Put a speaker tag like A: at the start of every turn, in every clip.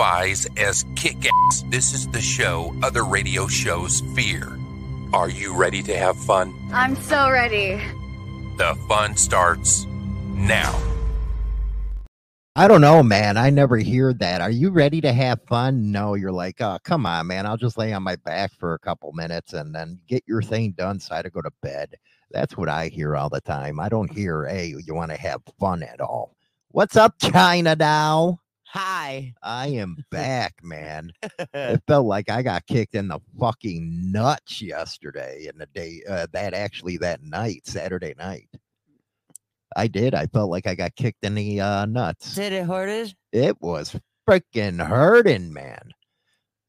A: identifies as kick ass. This is the show other radio shows fear. Are you ready to have fun?
B: I'm so ready.
A: The fun starts now.
C: I don't know, man. I never hear that. Are you ready to have fun? No, you're like, oh, come on, man. I'll just lay on my back for a couple minutes and then get your thing done so I to go to bed. That's what I hear all the time. I don't hear, hey, you want to have fun at all. What's up, China Dow?
D: Hi.
C: I am back, man. it felt like I got kicked in the fucking nuts yesterday and the day uh, that actually that night, Saturday night. I did. I felt like I got kicked in the uh, nuts.
D: Did it hurt it?
C: It was freaking hurting, man.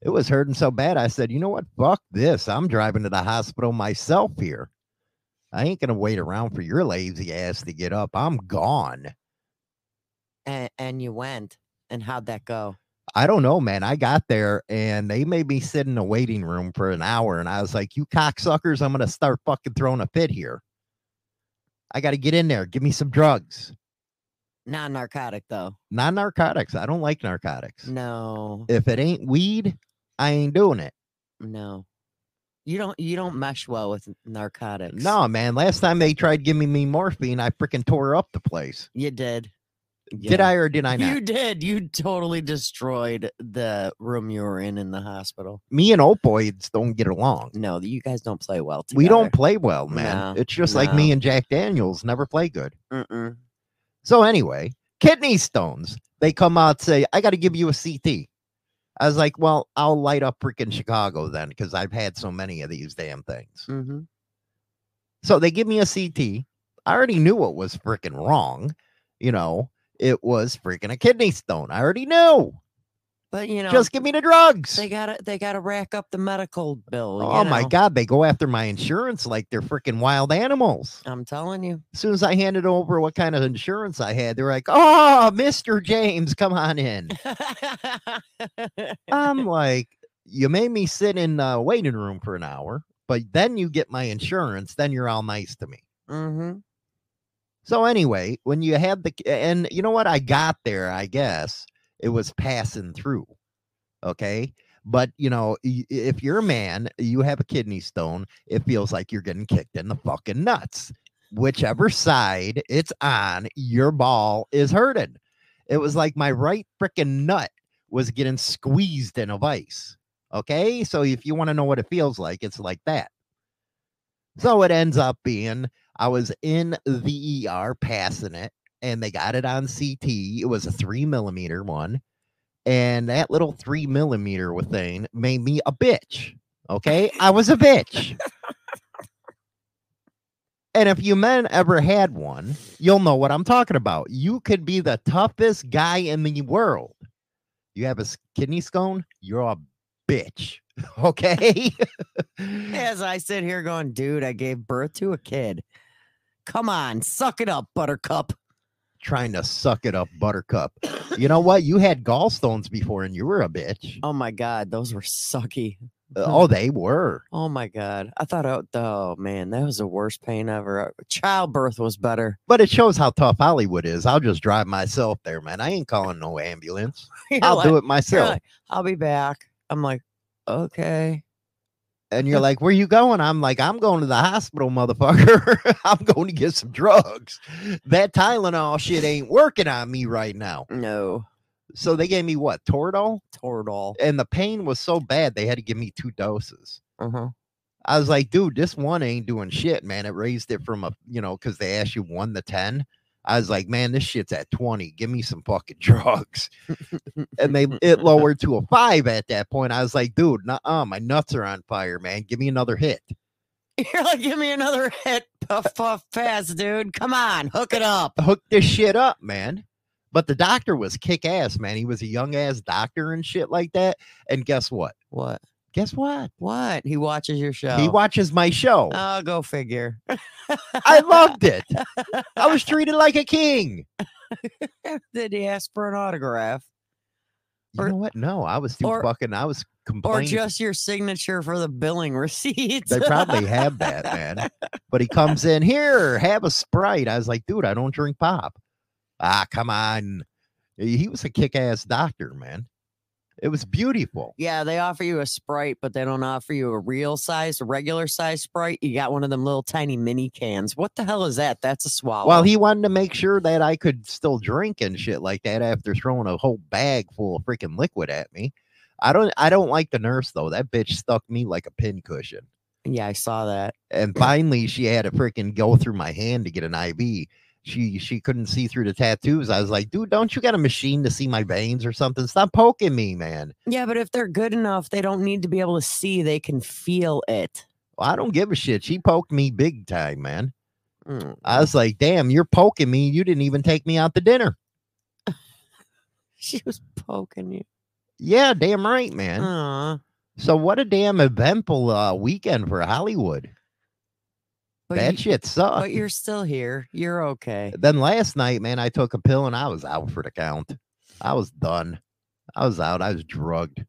C: It was hurting so bad. I said, you know what? Fuck this. I'm driving to the hospital myself here. I ain't going to wait around for your lazy ass to get up. I'm gone.
D: And, and you went. And how'd that go?
C: I don't know, man. I got there and they made me sit in the waiting room for an hour. And I was like, you cocksuckers, I'm going to start fucking throwing a fit here. I got to get in there. Give me some drugs.
D: Non narcotic, though.
C: Not narcotics. I don't like
D: Mm.
C: narcotics.
D: No,
C: If it ain't weed, I ain't doing it.
D: no. You don't you don't mesh well with narcotics.
C: No, man. Last time they tried giving me morphine, I freaking tore up the place.
D: You did.
C: Did
D: Yeah.
C: I or did I not?
D: You did. You totally destroyed the room you were in in the hospital.
C: me and opioids don't get along.
D: No, you guys don't play well together.
C: We don't play well, man.
D: Mm, No,
C: it's just like me
D: no.
C: and Jack Daniels never play good.
D: Mm-mm.
C: So anyway, kidney stones. They come out say, "I got to give you a CT." I was like, "Well, I'll light up freaking Chicago then, because I've had so many of these damn things."
D: Mm-hmm.
C: So they give me a CT. I already knew what was freaking wrong. You know, it was freaking a kidney stone. I already knew.
D: But you know,
C: Just give me the drugs.
D: they gotta they gotta rack up the medical bill. you
C: oh my
D: know?
C: god, they go after my insurance like they're freaking wild animals.
D: I'm telling you.
C: As soon as I handed over what kind of insurance I had, they're like, "Oh, Mister James, come on in." I'm like, you made me sit in the waiting room for an hour, but then you get my insurance, then you're all nice to me.
D: mm-hmm.
C: So anyway, when you had the and you know what, I got there, I guess it was passing through. Okay. But you know, y- if you're a man, you have a kidney stone, it feels like you're getting kicked in the fucking nuts. Whichever side it's on, your ball is hurting. It was like my right freaking nut was getting squeezed in a vice. Okay. So if you want to know what it feels like, it's like that. So it ends up being I was in the ER passing it, and they got it on CT. It was a three millimeter one, and that little three millimeter wa- thing made me a bitch. Okay, I was a bitch. And if you men ever had one, you'll know what I'm talking about. You could be the toughest guy in the world. You have a s- kidney scone, you're a bitch. Okay.
D: As I sit here going, dude, I gave birth to a kid. Come on, suck it up, buttercup.
C: trying to suck it up, Buttercup. You know what? You had gallstones before and you were a bitch.
D: Oh my god, those were sucky.
C: Uh,
D: Mm-hmm.
C: Oh, they were.
D: Oh my god. I thought oh, oh man, that was the worst pain ever. Uh, Childbirth was better.
C: But it shows how tough Hollywood is. I'll just drive myself there, man. I ain't calling no ambulance.
D: You're
C: I'll do
D: like-
C: it
D: you're
C: myself.
D: like, I'll be back. I'm like, okay.
C: And you're like, where you going? I'm like, I'm going to the hospital, motherfucker. I'm going to get some drugs. That Tylenol shit ain't working on me right now.
D: No.
C: So they gave me what? Toradol?
D: Toradol.
C: And the pain was so bad, they had to give me two doses.
D: Uh-huh.
C: I was like, dude, this one ain't doing shit, man. It raised it from a, you know, because they asked you one to 10. I was like, man, this shit's at 20. Give me some fucking drugs. and they, it lowered to a five at that point. I was like, dude, uh, my nuts are on fire, man. Give me another hit.
D: You're like, give me another hit. Puff puff fast, dude. Come on, hook it up.
C: Hook this shit up, man. But the doctor was kick ass, man. He was a young ass doctor and shit like that. And guess what?
D: What?
C: Guess what?
D: What? He watches your show.
C: He watches my show.
D: Oh, go figure.
C: I loved it. I was treated like a king.
D: Did he ask for an autograph
C: You
D: Or-
C: know what? No, I was too
D: or-
C: fucking. I was
D: or
C: complaining.
D: just your signature for the billing receipts?
C: they probably have that, man. But he comes in here, have a sprite. I was like, dude, I don't drink pop. Ah, come on. He he was a kick ass doctor, man. It was beautiful.
D: Yeah, they offer you a Sprite, but they don't offer you a real size, a regular size Sprite. You got one of them little tiny mini cans. What the hell is that? That's a swallow.
C: Well, he wanted to make sure that I could still drink and shit like that after throwing a whole bag full of freaking liquid at me. I don't I don't like the nurse though. That bitch stuck me like a pincushion.
D: yeah, I saw that.
C: And finally she had to freaking go through my hand to get an IV. She she couldn't see through the tattoos. I was like, dude, don't you got a machine to see my veins or something? Stop poking me, man.
D: Yeah, but if they're good enough, they don't need to be able to see. They can feel it.
C: Well, I don't give a shit. She poked me big time, man.
D: Mm.
C: I was like, damn, you're poking me. You didn't even take me out to dinner.
D: She was poking you.
C: Yeah, damn right, man.
D: Mm. Aw.
C: So what a damn eventful uh, weekend for Hollywood.
D: But,
C: that
D: you,
C: shit sucked.
D: but you're still here. You're okay.
C: Then last night, man, I took a pill and I was out for the count. I was done. I was out. I was drugged.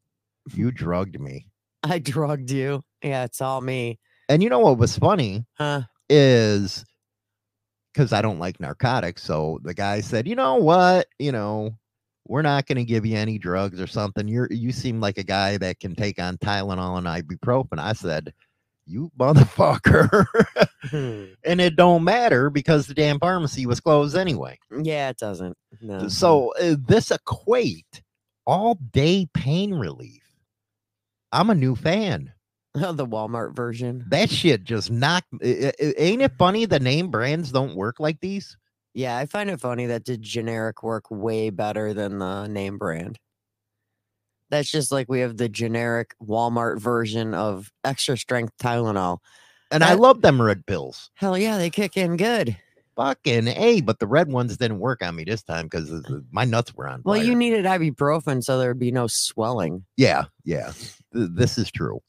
C: You drugged me.
D: I drugged you. Yeah, it's all me.
C: And you know what was funny
D: Huh?
C: is because I don't like narcotics. So the guy said, you know what? You know, we're not going to give you any drugs or something. You're you seem like a guy that can take on Tylenol and ibuprofen. I said, you motherfucker.
D: Hmm.
C: and it don't matter because the damn pharmacy was closed anyway.
D: yeah, it doesn't. No.
C: So uh, this equate all day pain relief. I'm a new fan.
D: the Walmart version.
C: That shit just knocked. i- i- i- Ain't it funny the name brands don't work like these?
D: Yeah, I find it funny that the generic work way better than the name brand. That's just like we have the generic Walmart version of extra strength Tylenol.
C: And I
D: That-
C: love them red pills.
D: Hell yeah, they kick in good.
C: Fucking a, but the red ones didn't work on me this time because my nuts were on.
D: Well, you
C: fire.
D: needed ibuprofen so there'd be no swelling.
C: yeah, yeah. Th- This is true.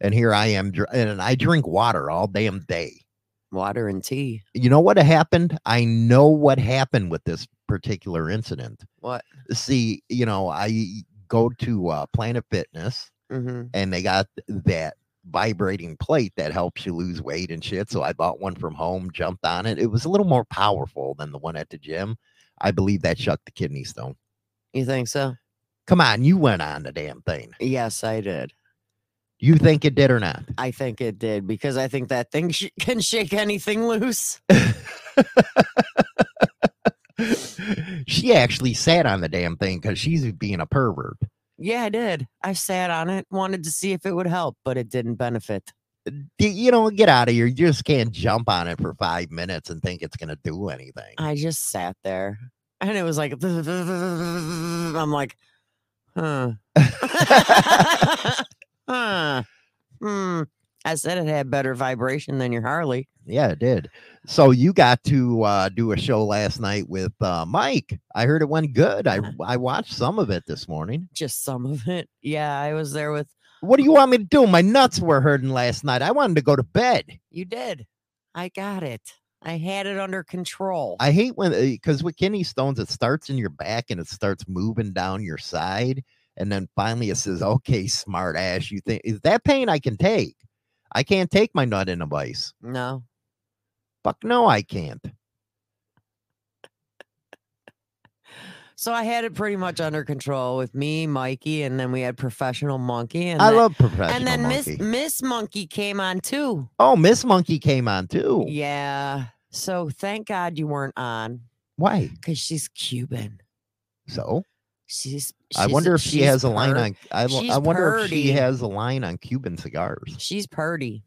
C: And here I am, dr- and I drink water all damn day.
D: Water and tea.
C: you know what happened? I know what happened with this particular incident.
D: What?
C: See, you know, I go to uh, Planet Fitness
D: Mm-hmm.
C: and they got that vibrating plate that helps you lose weight and shit. So I bought one from home, jumped on it. It was a little more powerful than the one at the gym. I believe that shucked the kidney stone.
D: You think so?
C: Come on, you went on the damn thing.
D: Yes, I did.
C: You think it did or not?
D: I think it did because I think that thing sh- can shake anything loose.
C: she actually sat on the damn thing because she's being a pervert.
D: Yeah, I did. I sat on it, wanted to see if it would help, but it didn't benefit.
C: D- you know, get out of here. You just can't jump on it for five minutes and think it's gonna do anything.
D: I just sat there and it was like, I'm like, huh. huh. Hmm. I said it had better vibration than your Harley.
C: yeah, it did. So you got to uh, do a show last night with uh, Mike. I heard it went good. I I watched some of it this morning.
D: Just some of it. Yeah, I was there with
C: What do you want me to do? My nuts were hurting last night. I wanted to go to bed.
D: you. Did I got it? I had it under control.
C: I hate when because with kidney stones, it starts in your back and it starts moving down your side, and then finally it says, "Okay, smart ass, you think is that pain I can take? I can't take my nut in a vice.
D: no,
C: Fuck no, I can't."
D: so I had it pretty much under control with me, Mikey, and then we had professional monkey. And
C: I
D: then,
C: love professional
D: and then
C: monkey.
D: Miss Miss Monkey came on too.
C: oh, Miss Monkey came on too.
D: Yeah. So thank God you weren't on
C: Why?
D: because she's Cuban.
C: So
D: She's,
C: I
D: she's-
C: wonder if she
D: she's
C: has a line
D: purr-
C: on. I, w- I
D: she's
C: wonder if she
D: purdy.
C: has a line on Cuban cigars.
D: She's purdy.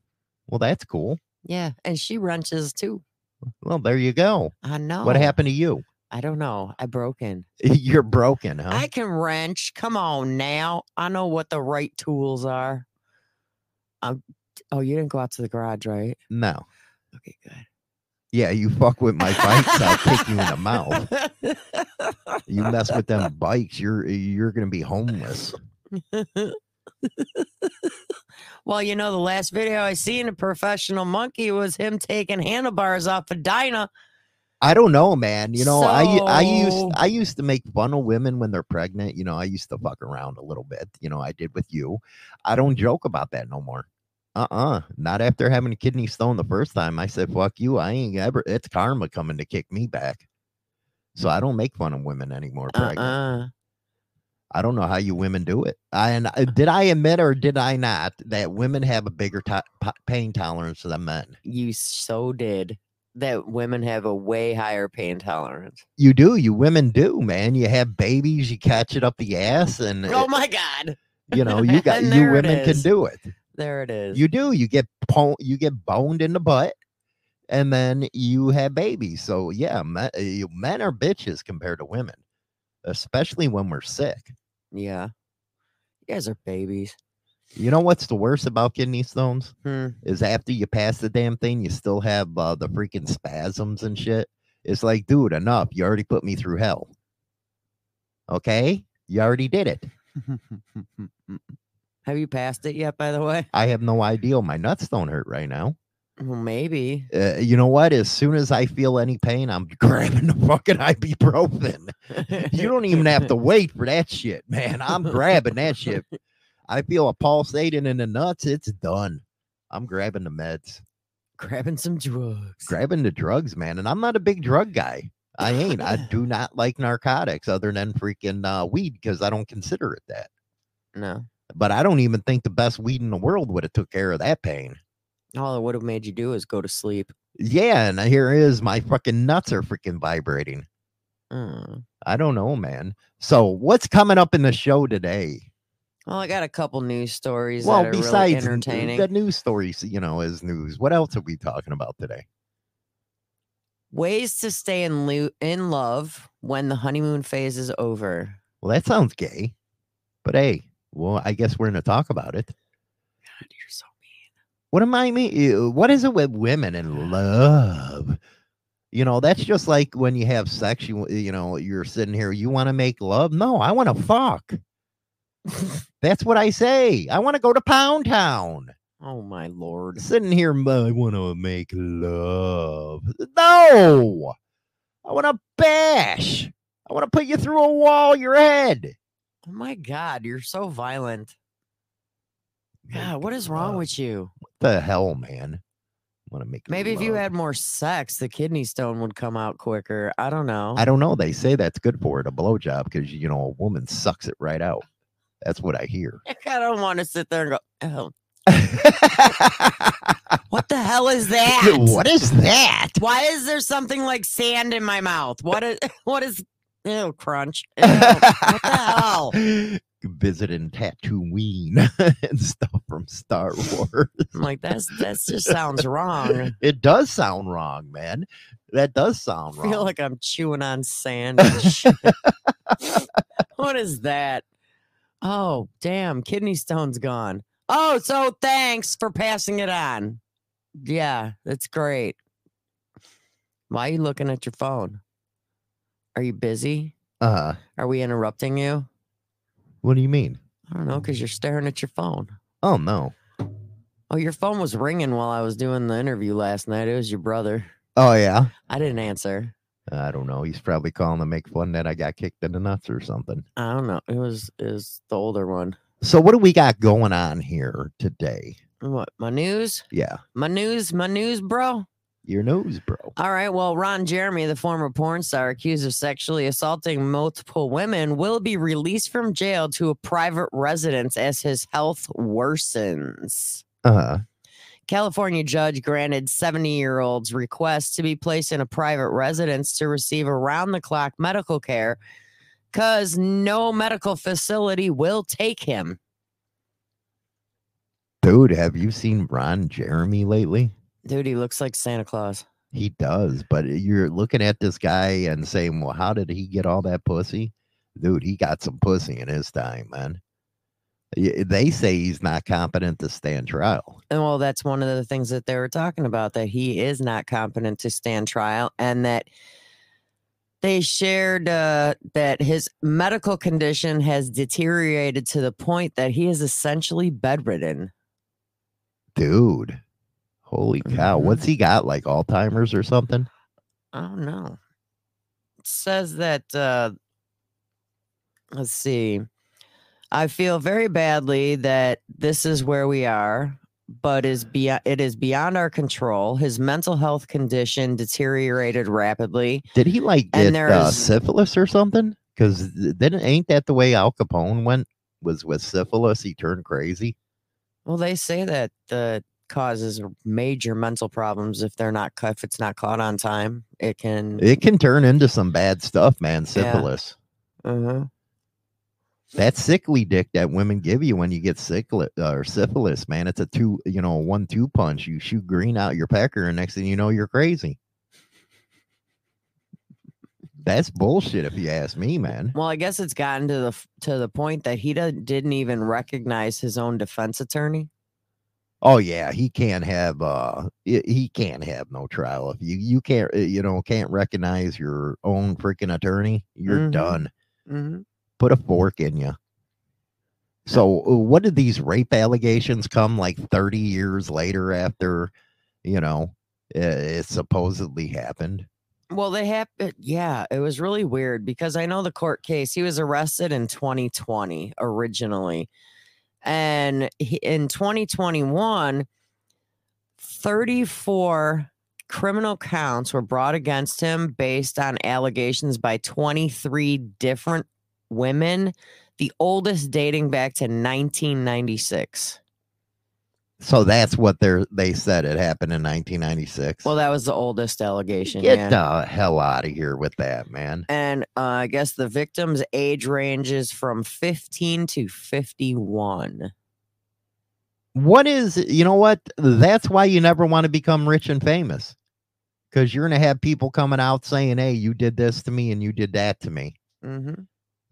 C: Well, that's cool.
D: Yeah, and she wrenches too.
C: Well, there you go.
D: I know.
C: What happened to you?
D: I don't know. I broke in.
C: You're broken, huh?
D: I can wrench. Come on now. I know what the right tools are. Um. Oh, you didn't go out to the garage, right?
C: no.
D: Okay, good.
C: Yeah, you fuck with my bikes, I'll kick you in the mouth. You mess with them bikes, you're you're gonna be homeless.
D: well, you know, the last video I seen of Professional Monkey was him taking handlebars off of Dinah.
C: I don't know, man. You know, I u- I
D: So-
C: used I used to make fun of women when they're pregnant. You know, I used to fuck around a little bit. You know, I did with you. I don't joke about that no more. Uh uh Not after having a kidney stone the first time. I said, fuck you. I ain't ever. It's karma coming to kick me back. So I don't make fun of women anymore. Pregnant.
D: Uh-uh.
C: I don't know how you women do it. I and uh, did I admit or did I not that women have a bigger to- p- pain tolerance than men?
D: You so did that women have a way higher pain tolerance.
C: You do. You women do, man. You have babies. You catch it up the ass, and
D: Oh my god.
C: it- you know you got
D: and
C: you
D: there it
C: women can
D: is.
C: do it.
D: There it is.
C: You do. You get po- you get boned in the butt, and then you have babies. So yeah, men, you, men are bitches compared to women, especially when we're sick.
D: yeah. You guys are babies.
C: You know what's the worst about kidney stones
D: Hmm.
C: is after you pass the damn thing, you still have uh, the freaking spasms and shit. It's like, dude, enough. You already put me through hell. Okay, you already did it.
D: Have you passed it yet, by the way?
C: I have no idea. My nuts don't hurt right now.
D: Well, maybe.
C: Uh, you know what? As soon as I feel any pain, I'm grabbing the fucking ibuprofen. You don't even have to wait for that shit, man. I'm grabbing that shit. I feel a pulsating in the nuts. It's done. I'm grabbing the meds,
D: grabbing some drugs.
C: grabbing the drugs, man. And I'm not a big drug guy. I ain't. I do not like narcotics other than freaking uh, weed because I don't consider it that.
D: no.
C: But I don't even think the best weed in the world would have took care of that pain.
D: All it would have made you do is go to sleep.
C: Yeah, and here is my fucking nuts are freaking vibrating.
D: Mm.
C: I don't know, man. So what's coming up in the show today?
D: Well, I got a couple news stories
C: well,
D: that are really
C: besides n-
D: entertaining.
C: the news stories, you know, is news. What else are we talking about today?
D: Ways to stay in lo- in love when the honeymoon phase is over.
C: Well, that sounds gay, but hey, well, I guess we're gonna talk about it.
D: God, you're so
C: What am I mean? ew, What is it with women and love? You know, that's just like when you have sex. You you know, you're sitting here. You want to make love? No, I want to fuck. that's what I say. I want to go to Pound Town.
D: Oh my lord.
C: sitting here, m- I want to make love. No, I want to bash. I want to put you through a wall, your head.
D: Oh my god, you're so violent.
C: Make
D: God, what is wrong
C: love.
D: with you?
C: What the hell, man? I want to make
D: Maybe if you
C: love.
D: had more sex, the kidney stone would come out quicker. I don't know.
C: I don't know. They say that's good for it, a blowjob, because you know a woman sucks it right out. That's what I hear.
D: I don't want to sit there and go, oh, what the hell is that?
C: what is that?
D: Why is there something like sand in my mouth? What is what is ew crunch? Ew, what the hell?
C: Visiting Tatooine and stuff from Star Wars.
D: I'm like that's that's just sounds wrong.
C: It does sound wrong, man. That does sound
D: I feel
C: wrong.
D: like I'm chewing on sand and shit. what is that? Oh damn, kidney stone's gone. Oh, so thanks for passing it on. Yeah, that's great. Why are you looking at your phone? Are you busy?
C: uh,
D: Are we interrupting you?
C: what do you mean?
D: I don't know, because you're staring at your phone.
C: Oh no.
D: Oh, your phone was ringing while I was doing the interview last night. It was your brother.
C: Oh yeah.
D: I didn't answer.
C: I don't know. He's probably calling to make fun that I got kicked in the nuts or something.
D: I don't know. It was is the older one.
C: So what do we got going on here today?
D: What my news?
C: Yeah,
D: My news? My news, bro.
C: your news, bro.
D: All right. Well, Ron Jeremy, the former porn star accused of sexually assaulting multiple women, will be released from jail to a private residence as his health worsens.
C: Uh huh.
D: California judge granted 70 year old's request to be placed in a private residence to receive around the clock medical care because no medical facility will take him.
C: Dude, have you seen Ron Jeremy lately?
D: Dude, he looks like Santa Claus.
C: He does, but eh, you're looking at this guy and saying, "Well, how did he get all that pussy?" Dude, he got some pussy in his time, man. Y- They say he's not competent to stand trial.
D: And well, that's one of the things that they were talking about that he is not competent to stand trial and that they shared uh, that his medical condition has deteriorated to the point that he is essentially bedridden.
C: dude holy cow
D: Mhm.
C: what's he got like alzheimer's or something
D: I don't know. Oh, It says that uh let's see. I feel very badly that this is where we are, but is beyond it is beyond our control. His mental health condition deteriorated rapidly.
C: did he like
D: And
C: get
D: there
C: uh,
D: is-
C: syphilis or something Because then ain't that the way Al Capone went? Was with syphilis, he turned crazy.
D: Well, they say that the causes major mental problems if they're not cut if it's not caught on time. It can.
C: It can turn into some bad stuff, man. Syphilis.
D: uh-huh.
C: That sickly dick that women give you when you get syphilis or syphilis, man. It's a two, you know, one two punch. You shoot green out your pecker, and next thing you know, you're crazy. That's bullshit, if you ask me, man.
D: Well, I guess it's gotten to the f- to the point that he doesn't didn't even recognize his own defense attorney.
C: Oh yeah, he can't have uh he- he can't have no trial if you you can't uh, you know can't recognize your own freaking attorney. You're
D: Mhm.
C: done.
D: Mm-hmm.
C: Put a fork in you. So uh, what did these rape allegations come like 30 years later after you know uh, it supposedly happened?
D: Well, they happened. Yeah, it was really weird because I know the court case. He was arrested in 2020 originally. And he, in 2021, 34 criminal counts were brought against him based on allegations by 23 different women, the oldest dating back to 1996.
C: So that's what they are they said it happened in 1996.
D: Well, that was the oldest allegation.
C: Get
D: yeah.
C: the hell out of here with that, man.
D: and uh, I guess the victim's age ranges from 15 to 51.
C: what is you know what that's why you never want to become rich and famous because you're gonna have people coming out saying hey you did this to me and you did that to me
D: Mm-hmm.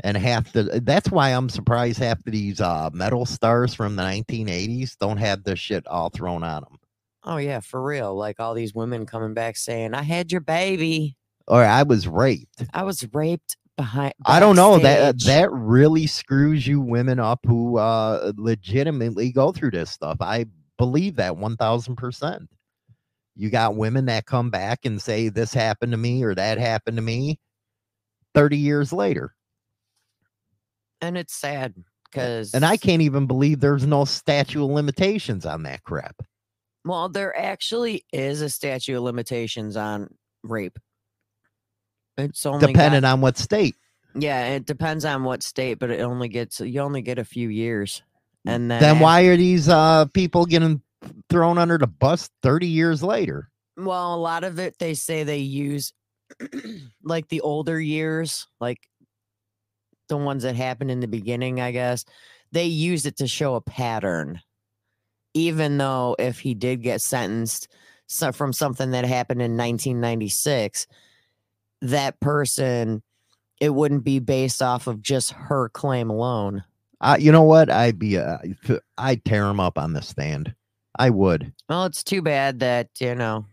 C: and half the that's why i'm surprised half of these uh metal stars from the 1980s don't have this shit all thrown on them
D: Oh yeah, for real. Like all these women coming back saying, "I had your baby.
C: or i was raped
D: I was raped behind."
C: i don't know that uh,
D: backstage."
C: that really screws you women up who uh legitimately go through this stuff i believe that 1000% you got women that come back and say this happened to me or that happened to me 30 years later
D: and it's sad because
C: Uh, and i can't even believe there's no statute of limitations on that crap
D: Well, there actually is a statute of limitations on rape. It's only
C: depending on what state
D: on yeah, it depends on what state, but it only gets you only get a few years, and then
C: then
D: after-
C: why are these uh people getting thrown under the bus 30 years later
D: Well, a lot of it they say they use like the older years, like the ones that happened in the beginning, I guess. They used it to show a pattern. Even though if he did get sentenced so from something that happened in 1996, that person it wouldn't be based off of just her claim alone.
C: uh, you know what i'd be uh, i'd tear them up on the stand i would
D: Well, it's too bad that, you know,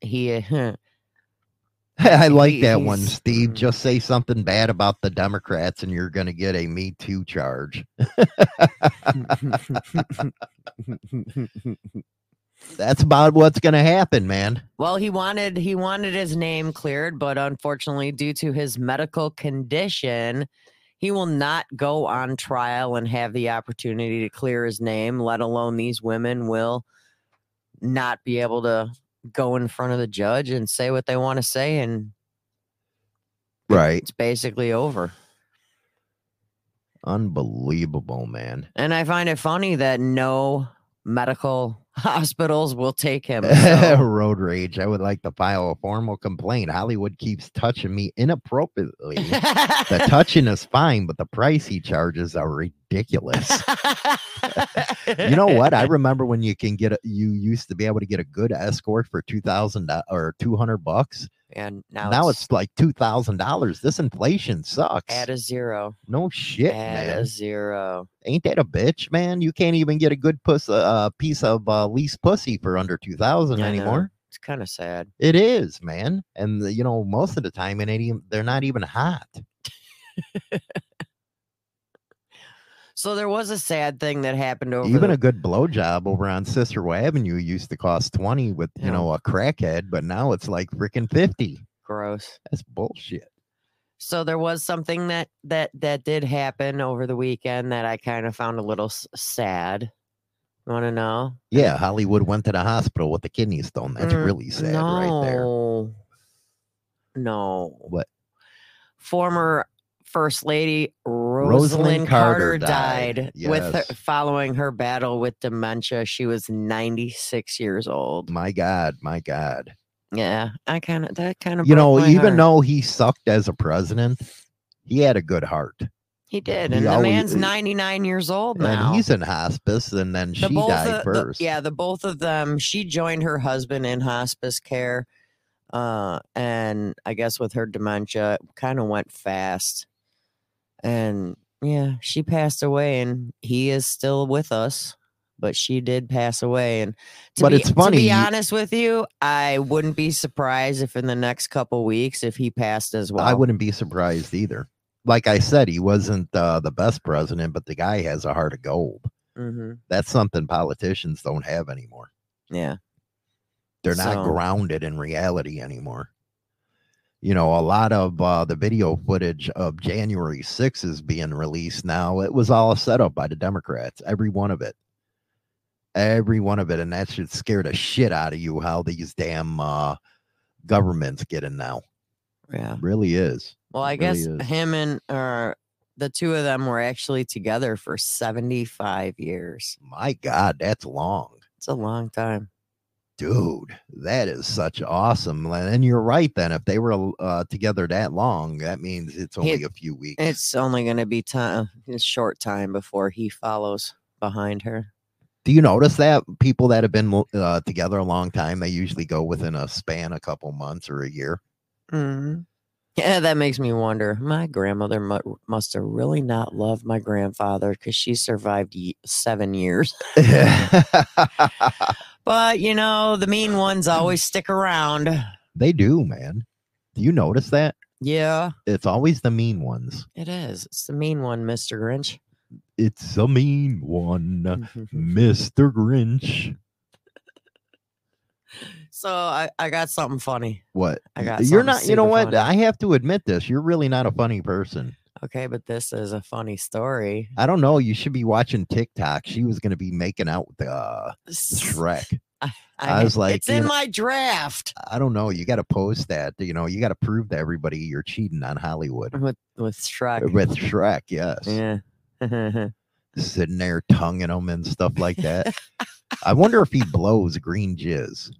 D: he eh,
C: I like
D: He-
C: that one,
D: he's-
C: Steve.
D: mm.
C: Just say something bad about the Democrats and you're going to get a Me Too charge. That's about what's going to happen, man.
D: Well, he wanted he wanted his name cleared, but unfortunately, due to his medical condition, he will not go on trial and have the opportunity to clear his name, let alone these women will not be able to go in front of the judge and say what they want to say and
C: Right.
D: it's basically over.
C: Unbelievable, man.
D: And I find it funny that no medical hospitals will take him. so-
C: Road rage. I would like to file a formal complaint. Hollywood keeps touching me inappropriately. the touching is fine, but the price he charges are ridiculous. you know what? I remember when you can get a, you used to be able to get a good escort for two thousand or two hundred bucks.
D: and now,
C: Now, it's, like two thousand dollars. This inflation sucks.
D: at a zero.
C: no shit,
D: at
C: man.
D: a zero.
C: Ain't that a bitch, man? You can't even get a good puss, uh, piece of uh, lease pussy for under two thousand
D: I know.
C: anymore.
D: It's kind of sad.
C: It is, man. And the- you know, most of the time, it ain't even, they're not even hot.
D: So there was a sad thing that happened over.
C: even
D: the-
C: a good blowjob over on Cicero Avenue used to cost twenty with you
D: Yeah.
C: know a crackhead, but now it's like freaking fifty.
D: gross.
C: That's bullshit.
D: So there was something that that that did happen over the weekend that I kind of found a little s- sad. Want to know?
C: Yeah, Hollywood went to the hospital with a kidney stone. That's
D: Mm,
C: really sad, right there.
D: no. No.
C: What?
D: Former First Lady
C: Rosalind
D: Rosalind Carter,
C: Carter
D: died,
C: died.
D: with her,
C: Yes.
D: following her battle with dementia. She was 96 years old.
C: My God, my God.
D: Yeah, I kind of that kind of
C: You know, even though he sucked as a president, he had a good heart.
D: he did,
C: he
D: and the
C: always-
D: man's 99 years old now.
C: And he's in hospice, and then she
D: both
C: died
D: of- the-
C: first.
D: yeah, the both of them. She joined her husband in hospice care, uh, and I guess with her dementia, kind of went fast. And yeah, she passed away, and he is still with us, but she did pass away. And to
C: But
D: be,
C: it's
D: To
C: funny-
D: be honest with you, I wouldn't be surprised if in the next couple weeks, if he passed as well.
C: I wouldn't be surprised either. Like I said, he wasn't uh, the best president, but the guy has a heart of gold.
D: hmm
C: That's something politicians don't have anymore.
D: Yeah.
C: They're not
D: So-
C: grounded in reality anymore. You know, a lot of uh, the video footage of January 6th is being released now. It was all set up by the Democrats, every one of it. Every one of it. And that should scare the shit out of you how these damn uh, governments get in now.
D: Yeah.
C: Really is.
D: Well, I
C: It really
D: guess
C: is.
D: him and or the two of them were actually together for 75 years.
C: My God, that's long.
D: It's a long time.
C: dude that is such awesome and you're right then if they were uh, together that long that means it's only a few weeks
D: It's only going to be time, a short time before he follows behind her.
C: do you notice that people that have been lo- uh, together a long time they usually go within a span a couple months or a year Mm-hmm.
D: Mhm. Yeah, that makes me wonder. My grandmother mu- must have really not loved my grandfather because she survived ye- seven years. But you know, the mean ones always stick around.
C: they do man do you notice that
D: Yeah,
C: it's always the mean ones
D: it is. It's the mean one, Mr. Grinch.
C: it's a mean one
D: Mm-hmm.
C: mr grinch
D: So I, I got something funny.
C: what
D: I got
C: you're
D: something
C: not you know
D: super
C: what
D: funny.
C: i have to admit this you're really not a funny person
D: Okay, but this is a funny story.
C: I don't know. You should be watching TikTok. She was going to be making out with uh, Shrek. I was like,
D: it's
C: you
D: in
C: know-
D: my draft
C: I don't know. You got to post that. You know, you got to prove to everybody you're cheating on Hollywood
D: with with Shrek.
C: with Shrek. Yes.
D: yeah.
C: Sitting there tonguing them and stuff like that. I wonder if he blows green jizz.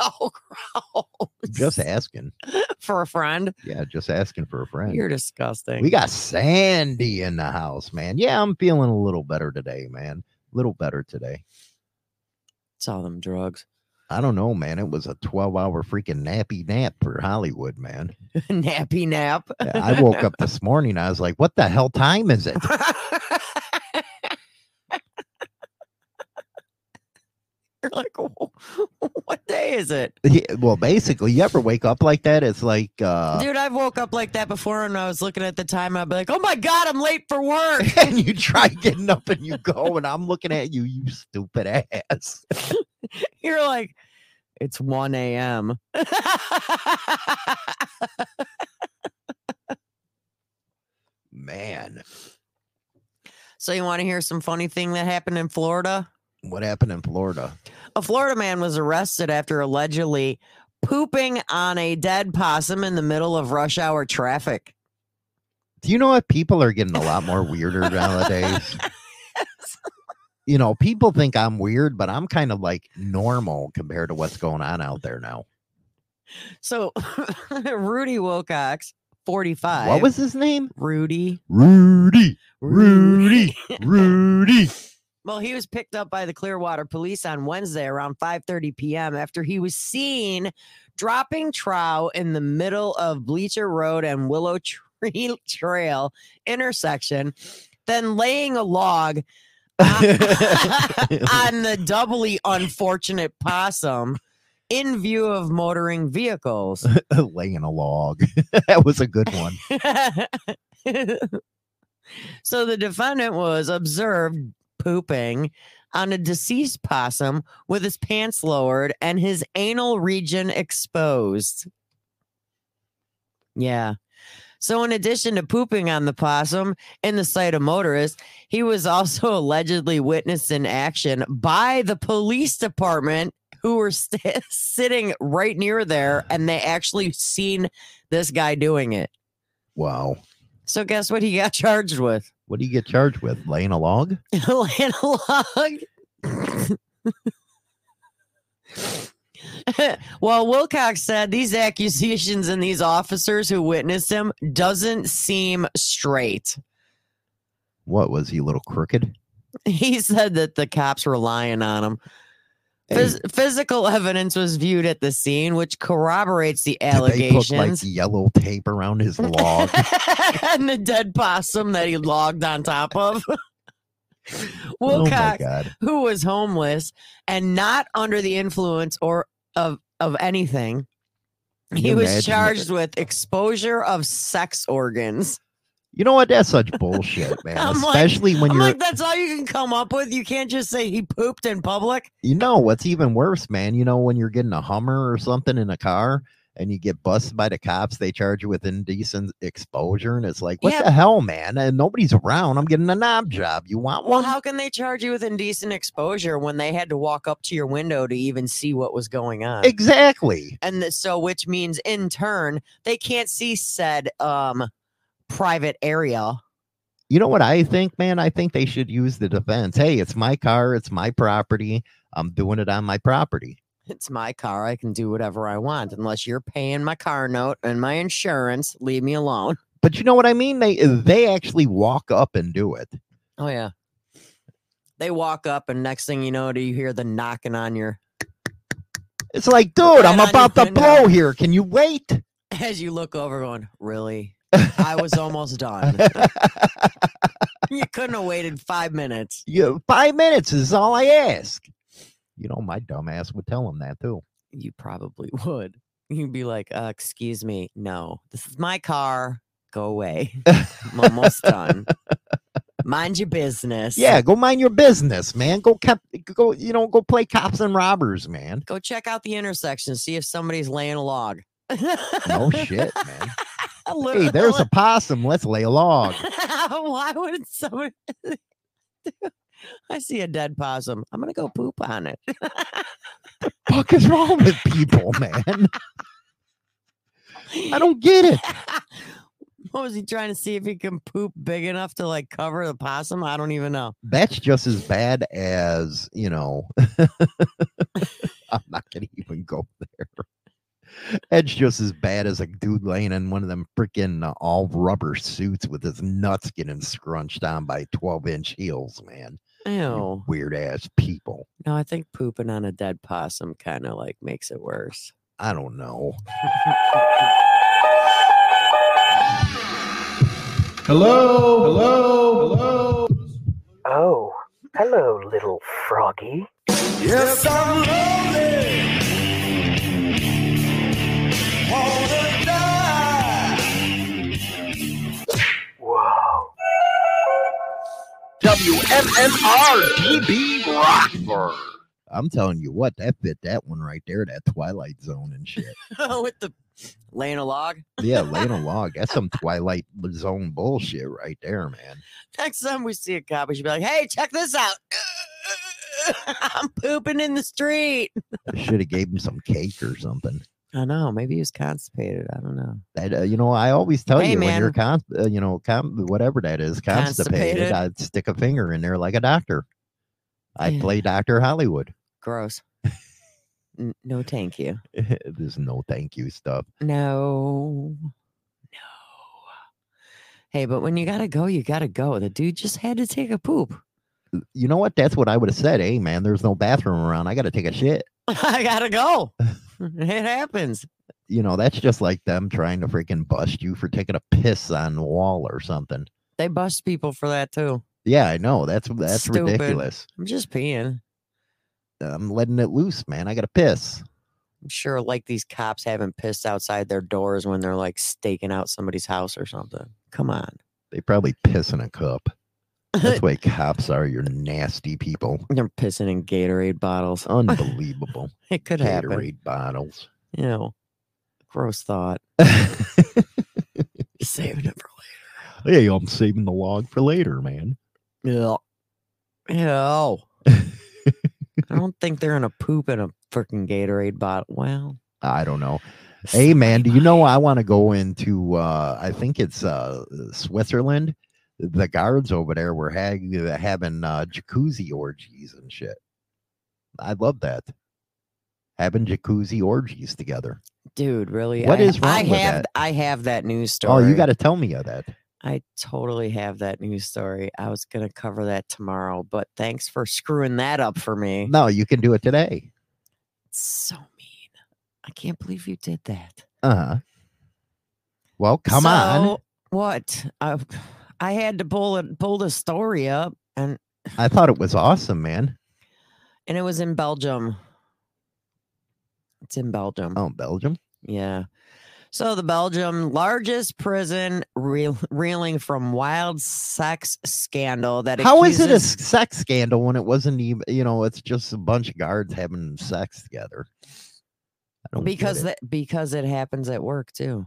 D: oh, gross.
C: Just asking.
D: for a friend.
C: Yeah, just asking for a friend.
D: You're disgusting.
C: we got Sandy in the house, man. Yeah, I'm feeling a little better today, man. Little better today.
D: it's all them drugs.
C: I don't know, man. It was a 12 hour freaking nappy nap for Hollywood, man.
D: Nappy nap.
C: Yeah, I woke up this morning. I was like, "What the hell time is it?"
D: You're like, what day is it?
C: Yeah, well, basically, you ever wake up like that? It's like, uh,
D: Dude, I've woke up like that before and I was looking at the time. I'd be like, oh my God, I'm late for work.
C: and you try getting up and you go, and I'm looking at you, you stupid ass.
D: You're like, it's 1 a.m.
C: Man,
D: so, you want to hear some funny thing that happened in Florida?
C: what happened in Florida?
D: A Florida man was arrested after allegedly pooping on a dead possum in the middle of rush hour traffic.
C: Do you know what? People are getting a lot more weirder nowadays. You know, people think I'm weird, but I'm kind of like normal compared to what's going on out there now.
D: So, Rudy Wilcox, 45.
C: What was his name?
D: Rudy?
C: Rudy. Rudy. Rudy.
D: Well, he was picked up by the Clearwater police on Wednesday around 5:30 p.m. after he was seen dropping trow in the middle of Bleacher Road and Willow Tree Trail intersection, then laying a log on the doubly unfortunate possum in view of motoring vehicles.
C: laying a log. that was a good one.
D: so the defendant was observed pooping on a deceased possum with his pants lowered and his anal region exposed. Yeah. So, in addition to pooping on the possum in the sight of motorists, he was also allegedly witnessed in action by the police department who were st- sitting right near there and they actually seen this guy doing it.
C: Wow.
D: So guess what he got charged with?
C: What do you get charged with? Laying a log?
D: Landlog. well, Wilcox said these accusations and these officers who witnessed him doesn't seem straight.
C: What was he a little crooked?
D: He said that the cops were lying on him. Phys- physical evidence was viewed at the scene, which corroborates the
C: Did they put like
D: allegations.
C: yellow tape around his log?
D: and the dead possum that he logged on top of.
C: oh my
D: Wilcox,
C: god!
D: who was homeless and not under the influence or of of anything.
C: Can
D: He
C: you
D: was
C: imagine
D: charged
C: that?
D: with exposure of sex organs.
C: You know what? That's such bullshit, man.
D: I'm like-
C: Especially when
D: I'm
C: you're
D: like, that's all you can come up with. You can't just say he pooped in public.
C: You know what's even worse, man? You know when you're getting a Hummer or something in a car and you get busted by the cops, they charge you with indecent exposure, and it's like, what
D: Yeah.
C: the hell, man? And nobody's around. I'm getting a knob job. You want
D: Well,
C: one?
D: how can they charge you with indecent exposure when they had to walk up to your window to even see what was going on?
C: exactly.
D: and th- so, which means in turn, they can't see said um private area.
C: You know what I think, man? I think they should use the defense. Hey, it's my car. It's my property. I'm doing it on my property.
D: It's my car. I can do whatever I want unless you're paying my car note and my insurance. Leave me alone.
C: But you know what I mean? They they actually walk up and do it.
D: Oh, yeah. They walk up, and next thing you know, do you hear the knocking on your
C: It's like, dude,
D: Right
C: I'm
D: on your
C: about to
D: window.
C: blow here. Can you wait?
D: as you look over, going, Really? I was almost done. you couldn't have waited five minutes.
C: you, five minutes is all I ask. You know, my dumbass would tell him that too.
D: You probably would. You'd be like, uh, Excuse me. No, this is my car. Go away. I'm almost done. Mind your business.
C: Yeah, go mind your business, man. Go cop, go, you know, go play cops and robbers, man.
D: go check out the intersection, see if somebody's laying a log.
C: No shit, man.
D: Literally-
C: Hey, there's a possum. Let's lay a log.
D: Why would someone? I see a dead possum. I'm gonna go poop on it.
C: Fuck is wrong with people, man? I don't get it.
D: what was he trying to see if he can poop big enough to like cover the possum? I don't even know.
C: That's just as bad as you know. I'm not gonna even go there. That's just as bad as a dude laying in one of them freaking uh, all rubber suits with his nuts getting scrunched on by 12 inch heels, man.
D: Ew.
C: Weird ass people.
D: No, I think pooping on a dead possum kind of like makes it worse.
C: I don't know.
B: Hello, hello, hello.
E: Oh, hello, little froggy.
F: Yes, I'm lonely. Wanna die.
E: Whoa.
A: WMMR DB Rockford.
C: I'm telling you what, that fit that one right there, that Twilight Zone and shit.
D: With the laying a log.
C: Yeah, laying a log. That's some Twilight Zone bullshit right there, man.
D: Next time we see a cop, we should be like, "Hey, check this out! I'm pooping in the street."
C: Should have gave him some cake or something.
D: I don't know. Maybe he was constipated. I don't know.
C: That uh, you know, I always tell
D: Hey,
C: you when you're
D: man.
C: con- uh, you know, con- whatever that is, constipated,
D: Constipated.
C: I'd stick a finger in there like a doctor. I
D: Yeah.
C: play Doctor Hollywood.
D: Gross. N- no, thank you.
C: There's no thank you stuff.
D: No, no. Hey, but when you gotta go, you gotta go. The dude just had to take a poop.
C: You know what? That's what I would have said. Hey, man, there's no bathroom around. I got to take a shit.
D: I gotta go. it happens.
C: You know, that's just like them trying to freaking bust you for taking a piss on the wall or something.
D: They bust people for that too.
C: Yeah, I know. That's that's
D: Stupid.
C: ridiculous.
D: I'm just peeing.
C: I'm letting it loose, man. I got to piss.
D: I'm sure like these cops haven't pissed outside their doors when they're like staking out somebody's house or something. Come on.
C: They probably piss in a cup. That's why cops are. You're nasty people.
D: They're pissing in Gatorade bottles.
C: Unbelievable.
D: It could happen.
C: Oh, Gatorade bottles.
D: You know, gross thought. Saving it
C: hey, I'm saving the log for later, man.
D: for later. Ew. Ew. I don't think they're gonna poop in a freaking Gatorade bottle. Well,
C: I don't know. Hey man, do you know I want to go into? Uh, I think it's uh, Switzerland. The guards over there were hag- having uh, jacuzzi orgies and shit. I love that. Having jacuzzi orgies together.
D: Dude, really?
C: What
D: I,
C: is wrong
D: I
C: with
D: have
C: that?
D: I have that news
C: Oh,
D: story.
C: you got to tell me of that.
D: I totally have that news story. I was gonna cover that tomorrow, but thanks for screwing that up for me.
C: No, you can do it today.
D: so mean. I can't believe you did that.
C: Uh huh. Well, come on.
D: So, What? I, I had to pull it, pull the story up, and
C: I thought it was awesome, man.
D: and it was in Belgium. It's in Belgium.
C: Oh, Belgium.
D: Yeah. So the Belgium largest prison reel, reeling from wild sex scandal that
C: How is it a
D: accuses-
C: s- sex scandal when it wasn't even? You know, it's just a bunch of guards having sex together. I don't get
D: because
C: it.
D: that because it happens at work too.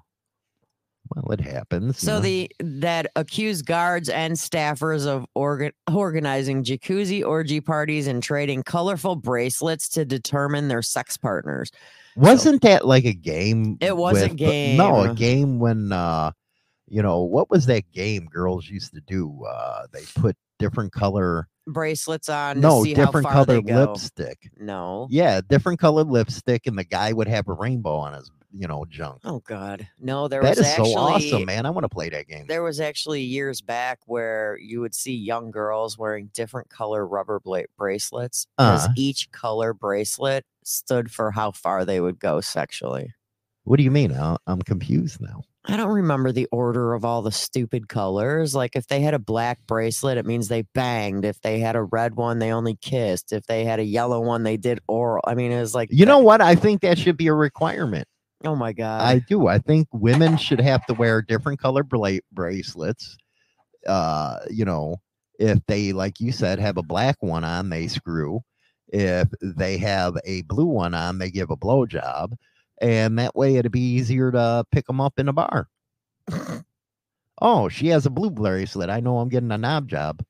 C: well, it happens. you
D: So
C: know.
D: the that accused guards and staffers of organ, organizing jacuzzi orgy parties and trading colorful bracelets to determine their sex partners.
C: wasn't that like a game?
D: It was a
C: with the- No, a
D: game.
C: game when uh, you know what was that game girls used to do? Uh, they put different color,
D: Bracelets on
C: no,
D: to see
C: different
D: how far they
C: colored
D: go.
C: lipstick.
D: No.
C: Yeah, different colored lipstick, and the guy would have a rainbow on his, you know, junk.
D: Oh God, no! There
C: that
D: was
C: is
D: actually
C: so awesome, man. I want to play that game.
D: there was actually years back where you would see young girls wearing different color rubber bla- bracelets because
C: Uh-huh.
D: each color bracelet stood for how far they would go sexually.
C: What do you mean? I- I'm confused now.
D: I don't remember the order of all the stupid colors. Like if they had a black bracelet, it means they banged. If they had a red one, they only kissed. If they had a yellow one, they did oral. I mean, it was like
C: You
D: that-
C: know what? I think that should be a requirement.
D: Oh my god!
C: I do. I think women should have to wear different color bla- bracelets. Uh, you know, if they, like you said, have a black one on, they screw. If they have a blue one on, they give a blowjob. And that way it'd be easier to pick them up in a bar. oh, she has a blue bracelet. I know I'm getting a knob job.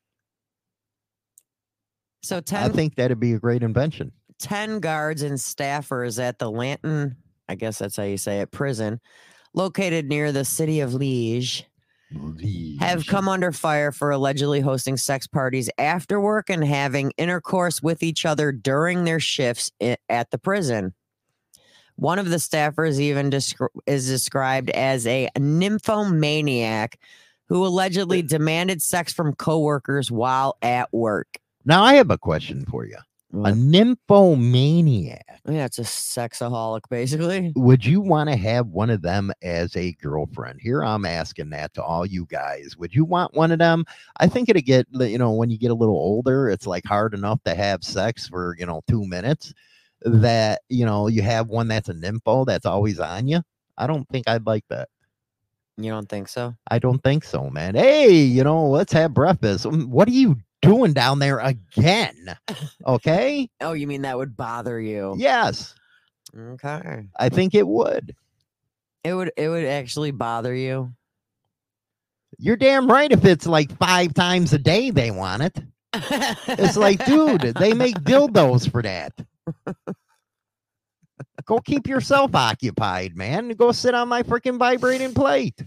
D: so
C: I
D: ten
C: think that'd be a great invention.
D: 10 guards and staffers at the Lanton, I guess that's how you say it, prison, located near the city of Liege, have come under fire for allegedly hosting sex parties after work and having intercourse with each other during their shifts i- at the prison. One of the staffers even descri- is described as a nymphomaniac who allegedly demanded sex from coworkers while at work.
C: Now, I have a question for you. A
D: What?
C: nymphomaniac.
D: Yeah, it's a sexaholic, basically.
C: would you want to have one of them as a girlfriend? Here I'm asking that to all you guys. Would you want one of them? I think it'd get li- you know when you get a little older, it's like hard enough to have sex for you know two minutes. That you know you have one that's a nympho that's always on you. I don't think I'd like that.
D: You don't think so?
C: I don't think so, man. Hey, you know let's have breakfast. Um, What are you doing down there again? Okay.
D: Oh, you mean that would bother you?
C: Yes,
D: Okay.
C: I think it would.
D: It would it would actually bother you.
C: You're damn right if it's like five times a day they want it. It's like, dude, they make dildos for that. Go keep yourself occupied, man. Go sit on my freaking vibrating plate.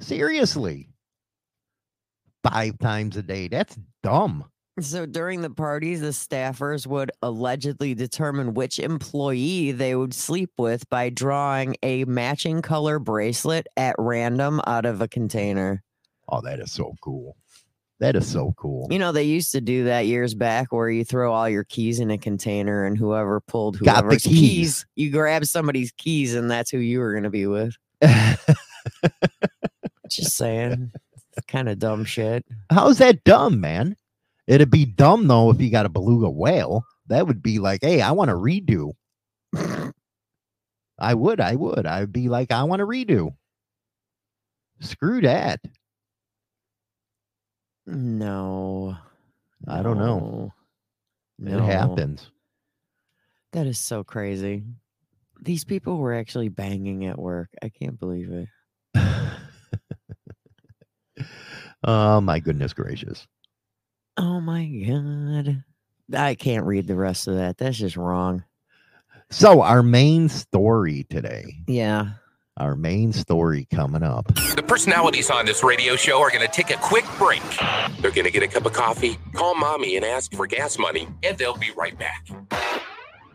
C: Seriously. Five times a day. That's dumb.
D: So during the parties, the staffers would allegedly determine which employee they would sleep with by drawing a matching color bracelet at random out of a container.
C: Oh, that is so cool. That is so cool.
D: You know, they used to do that years back where you throw all your keys in a container and whoever pulled
C: Got the
D: whoever's
C: keys.
D: you grab somebody's keys and that's who you were going to be with. Just saying. kind of dumb shit.
C: How's that dumb, man? It'd be dumb though if you got a beluga whale. That would be like, hey, I want to redo. I would, I would. I'd be like, I want to redo. Screw that.
D: No.
C: I don't know.
D: No.
C: It
D: No.
C: happens.
D: That is so crazy. These people were actually banging at work. I can't believe it.
C: oh my goodness gracious.
D: Oh my god. I can't read the rest of that. That's just wrong.
C: So our main story today,
D: Yeah.
C: our main story coming up.
A: The personalities on this radio show are going to take a quick break. They're going to get a cup of coffee, call mommy and ask for gas money, and they'll be right back.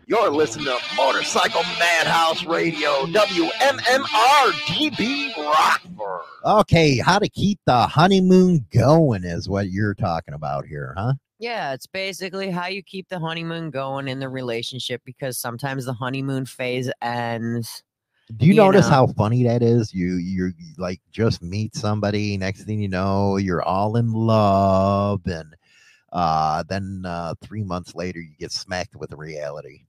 C: You're listening to Motorcycle Madhouse Radio, WMMR DB Rockford. Okay, how to keep the honeymoon going is what you're talking about here, huh?
D: Yeah, it's basically how you keep the honeymoon going in the relationship because sometimes the honeymoon phase ends.
C: Do you,
D: You
C: notice
D: know.
C: how funny that is? You you like just meet somebody, next thing you know, you're all in love, and uh, then uh, three months later, you get smacked with reality.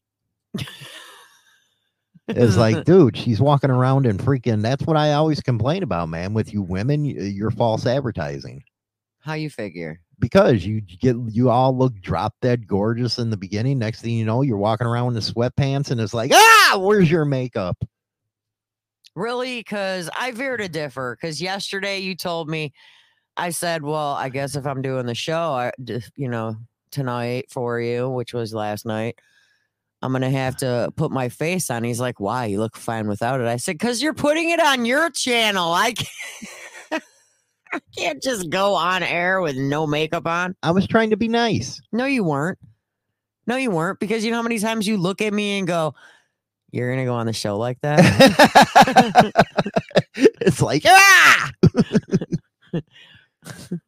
C: It's like, dude, she's walking around and freaking. That's what I always complain about, man. With you women, y- you're false advertising
D: how you figure.
C: because you j- get you all look drop dead gorgeous in the beginning. Next thing you know, you're walking around in sweatpants, and it's like, ah, where's your makeup?
D: Really? Because I veer to differ. Because yesterday you told me, I said, well, I guess if I'm doing the show, I, d- you know, tonight for you, which was last night, I'm going to have to put my face on. He's like, why? You look fine without it. I said, because you're putting it on your channel. I can't, I can't just go on air with no makeup on.
C: I was trying to be nice.
D: No, you weren't. No, you weren't. Because you know how many times you look at me and go, you're going to go on the show like that?
C: it's like ah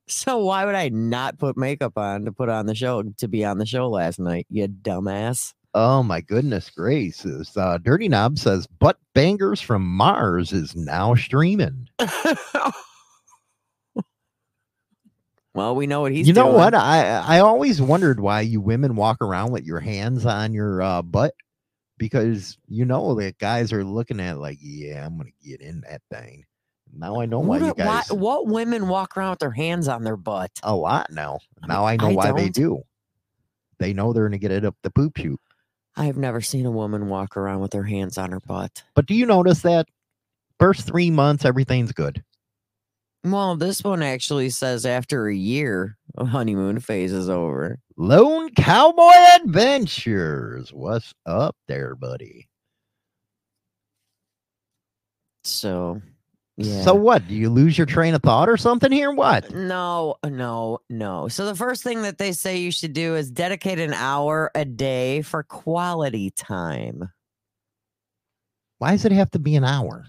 D: So why would I not put makeup on to put on the show to be on the show last night? You dumbass.
C: oh my goodness gracious uh, dirty knob says butt bangers from mars is now streaming
D: well, we know what he's.
C: you know
D: doing.
C: what i i always wondered why you women walk around with your hands on your uh, butt because you know that guys are looking at it like yeah i'm gonna get in that thing now i know why
D: Who
C: you
D: do- why-
C: guys
D: what women walk around with their hands on their butt?
C: a lot now
D: mean,
C: now i know
D: I
C: why they
D: don't.
C: do they know they're gonna get it up the poop chute
D: I have never seen a woman walk around with her hands on her butt.
C: but do you notice that first three months everything's good
D: Well, this one actually says after a year, a honeymoon phase is over.
C: Lone Cowboy Adventures. What's up there, buddy?
D: So, yeah.
C: So what? Do you lose your train of thought or something here? What?
D: No, no, no. So the first thing that they say you should do is dedicate an hour a day for quality time.
C: Why does it have to be an hour?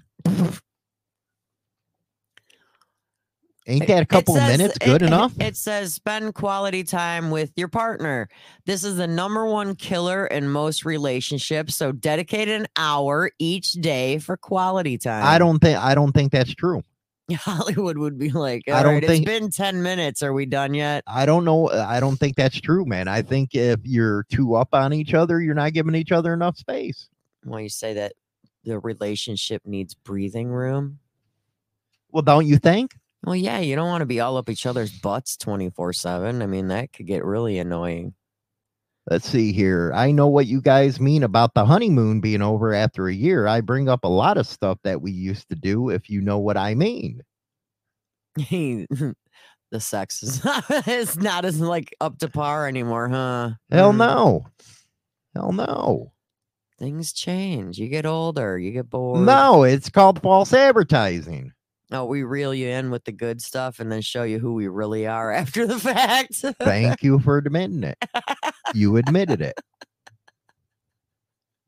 C: Ain't
D: It-
C: that a
D: it
C: couple
D: says-
C: minutes good
D: it-
C: enough?
D: It says spend quality time with your partner. This is the number one killer in most relationships. So dedicate an hour each day for quality time.
C: I don't think I don't think that's true.
D: Hollywood would be like,
C: I
D: all
C: don't
D: right,
C: think-
D: it's been 10 minutes. Are we done yet?
C: I don't know. I don't think that's true, man. I think if you're too up on each other, you're not giving each other enough space.
D: Well, you say that the relationship needs breathing room.
C: Well, don't you think?
D: Well, yeah, you don't want to be all up each other's butts 24 7. I mean, that could get really annoying.
C: Let's see here. I know what you guys mean about the honeymoon being over after a year. I bring up a lot of stuff that we used to do, if you know what I mean.
D: the sex is not, it's not as like up to par anymore, huh?
C: Hell
D: Hmm.
C: no. Hell no.
D: Things change. You get older, you get bored.
C: No, it's called false advertising.
D: No, we reel you in with the good stuff and then show you who we really are after the fact.
C: Thank you for admitting it. You admitted it.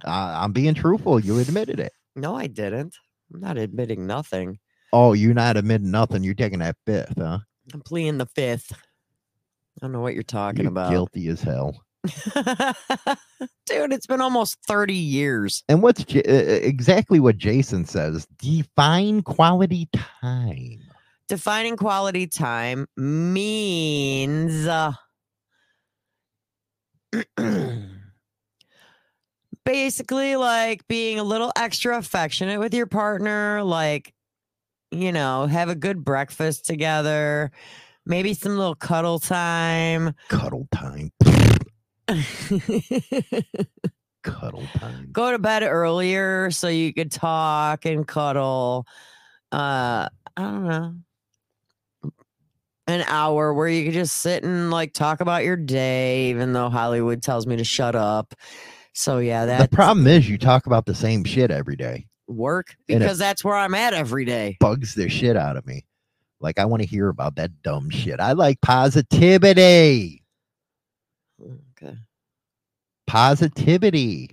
C: I I'm being truthful. You admitted it.
D: no, I didn't. I'm not admitting nothing.
C: Oh, you're not admitting nothing. You're taking that fifth, huh?
D: I'm pleading the fifth. I don't know what you're talking
C: You're
D: about.
C: guilty as hell.
D: Dude, it's been almost 30 years.
C: And what's J- uh, uh, exactly what Jason says? Define quality time.
D: defining quality time means uh, basically like being a little extra affectionate with your partner like you know have a good breakfast together maybe some little cuddle time
C: Cuddle time. Cuddle time.
D: go to bed earlier so you could talk and cuddle. Uh, I don't know, an hour where you could just sit and like talk about your day, even though Hollywood tells me to shut up. So yeah,
C: The
D: that
C: problem is you talk about the same shit every day.
D: work
C: and it-
D: because that's where I'm at every day.
C: Bugs the shit out of me. Like I want to hear about that dumb shit. I like positivity.
D: Okay.
C: Positivity.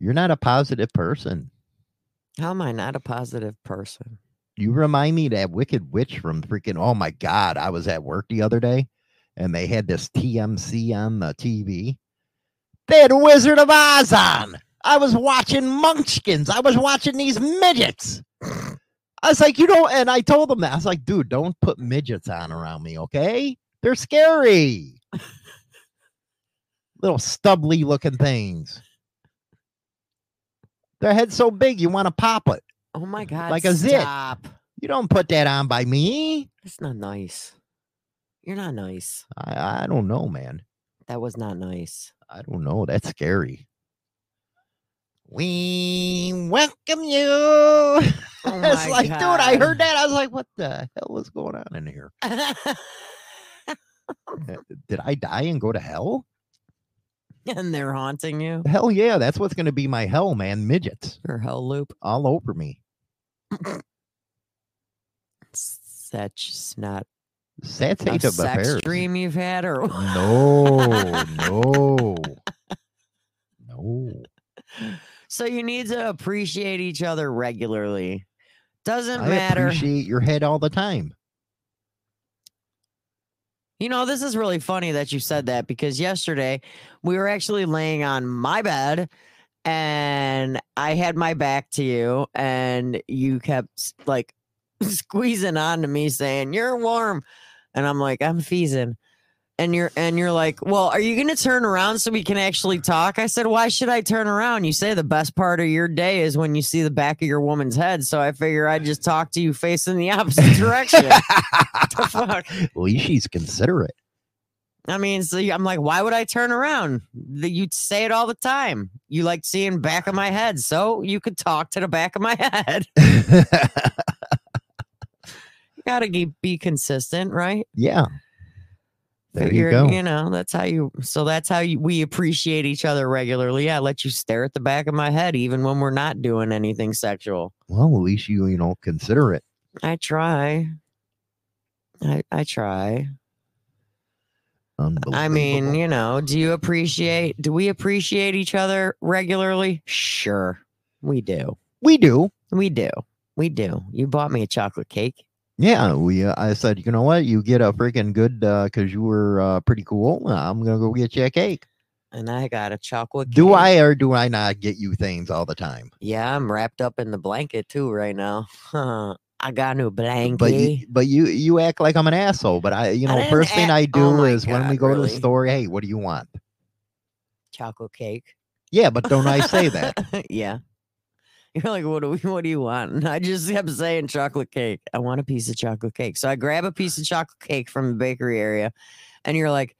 C: You're not a positive person.
D: How am I not a positive person?
C: You remind me of that wicked witch from freaking oh my god, I was at work the other day and they had this TMC on the TV. They had Wizard of Oz on. I was watching munchkins. I was watching these midgets. I was like, you know, and I told them that. I was like, dude, don't put midgets on around me, okay? They're scary. Little stubbly looking things. Their head's so big, you want to pop it.
D: Oh my god!
C: Like a zit.
D: stop.
C: You don't put that on by me.
D: That's not nice. You're not nice.
C: I, I don't know, man.
D: That was not nice.
C: I don't know. That's scary. We welcome you.
D: Oh
C: it's
D: my
C: like, dude, I
D: God.
C: heard that. I was like, what the hell is going on in here? Uh, Did I die and go to hell?
D: and they're haunting you.
C: Hell yeah. That's what's going to be my hell, man. Midgets
D: Your hell loop.
C: all over me.
D: Such snot.
C: Sad
D: A
C: state of
D: sex
C: affairs.
D: dream you've had, or
C: No, no, no.
D: so you need to appreciate each other regularly. Doesn't
C: I
D: matter.
C: appreciate your head all the time.
D: You know, this is really funny that you said that because yesterday we were actually laying on my bed and I had my back to you and you kept like squeezing onto me saying, You're warm. And I'm like, I'm feasing. And you're and you're like, Well, are you gonna turn around so we can actually talk? I said, Why should I turn around? You say the best part of your day is when you see the back of your woman's head. So I figure I'd just talk to you facing the opposite direction. the fuck?
C: Well, she's considerate.
D: I mean, so you- I'm like, why would I turn around? The- You say it all the time. You like seeing back of my head, so you could talk to the back of my head. you gotta ge- be consistent, right?
C: yeah. There
D: Figure-
C: you go.
D: You know, that's how you. So that's how you, we appreciate each other regularly. I let you stare at the back of my head, even when we're not doing anything sexual.
C: Well, at least you, you know, consider it.
D: I try. I, I try.
C: Unbelievable.
D: I mean, you know, do you appreciate? Do we appreciate each other regularly? Sure, we do.
C: we do.
D: We do. We do. You bought me a chocolate cake.
C: Yeah, we. Uh, I said, you know what? You get a freaking good because you were uh, pretty cool. I'm gonna go get you a cake.
D: And I got a chocolate cake.
C: Do I or do I not get you things all the time?
D: Yeah, I'm wrapped up in the blanket too right now. Huh. I got a new blanket.
C: But you, but you you act like I'm an asshole. But I, you
D: I
C: know,
D: didn't
C: first thing
D: act-
C: I
D: oh
C: do
D: my
C: is when we go
D: God,
C: to
D: really?
C: the store, hey, what do you want?
D: chocolate cake.
C: Yeah, but don't I say that?
D: yeah. You're like, what do we what do you want? And I just kept saying chocolate cake. I want a piece of chocolate cake. So I grab a piece of chocolate cake from the bakery area and you're like,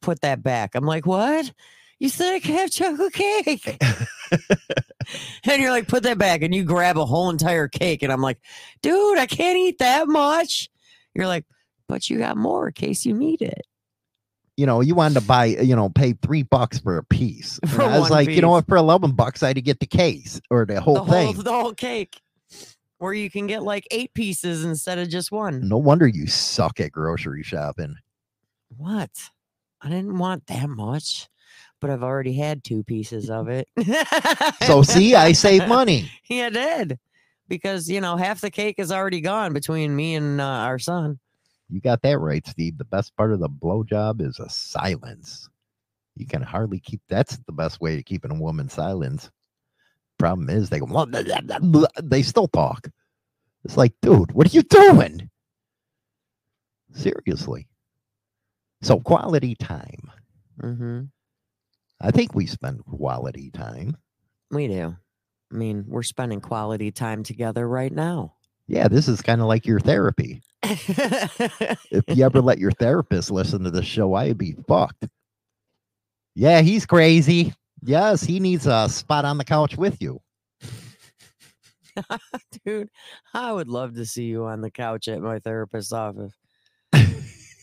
D: put that back. I'm like, what? You said I could have chocolate cake. and you're like, put that back. And you grab a whole entire cake. And I'm like, dude, I can't eat that much. You're like, but you got more in case you need it.
C: you know, you wanted to buy, you know, pay three bucks for a piece. And
D: For
C: I was
D: one
C: like, you know
D: piece.
C: what? For eleven bucks, I had to get the case or the whole
D: the
C: thing.
D: whole the whole cake. Where you can get like eight pieces instead of just one.
C: No wonder you suck at grocery shopping.
D: What? I didn't want that much, but I've already had two pieces of it.
C: So see, I save money.
D: yeah, I did. Because, you know, half the cake is already gone between me and uh, our son.
C: You got that right, Steve. The best part of the blowjob is a silence. You can hardly keep. That's the best way to keeping a woman silent. Problem is, they go. "Blah, blah, blah, blah, blah," They still talk. It's like, dude, what are you doing? Seriously. So quality time. Mm-hmm.
D: hmm
C: I think we spend quality time.
D: We do. I mean, we're spending quality time together right now.
C: Yeah, this is kind of like your therapy. If you ever let your therapist listen to the show, I'd be fucked. Yeah, he's crazy. Yes, he needs a spot on the couch with you.
D: Dude, I would love to see you on the couch at my therapist's office.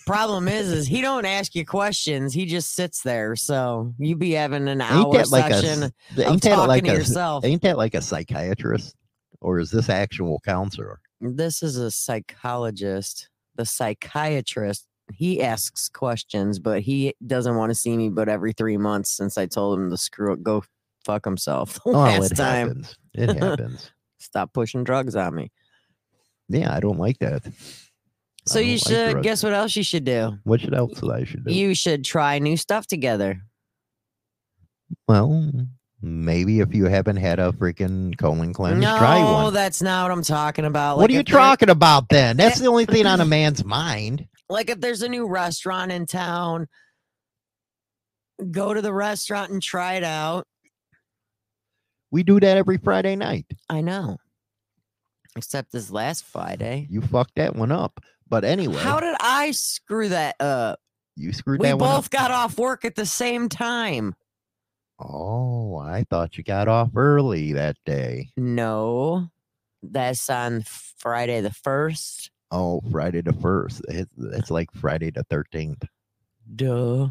D: problem is, is he don't ask you questions. He just sits there. So you be having an
C: Ain't
D: hour
C: that like
D: session
C: a? s-
D: of
C: Ain't
D: talking
C: that like
D: to
C: a?
D: yourself.
C: Ain't that like a psychiatrist, or is this actual counselor?
D: This is a psychologist. The psychiatrist. He asks questions, but he doesn't want to see me. But every three months, since I told him to screw it, go fuck himself the
C: Oh,
D: last
C: it
D: time.
C: happens. It happens.
D: Stop pushing drugs on me.
C: Yeah, I don't like that. I
D: So you
C: don't like
D: should
C: drugs.
D: guess what else you should do.
C: What should else that I should do?
D: You should try new stuff together.
C: well, maybe if you haven't had a freaking colon cleanse,
D: no,
C: try one.
D: that's not what I'm talking about.
C: what
D: Like,
C: are you
D: if there-
C: talking about then? That's the only thing on a man's mind.
D: Like if there's a new restaurant in town, go to the restaurant and try it out.
C: We do that every Friday night.
D: I know. Except this last Friday.
C: You fucked that one up. But anyway,
D: How did I screw that up?
C: you screwed
D: We
C: that one up.
D: both got off work at the same time.
C: Oh, I thought you got off early that day.
D: No, that's on Friday the 1st.
C: Oh, Friday the first. It, it's like Friday the thirteenth.
D: Duh.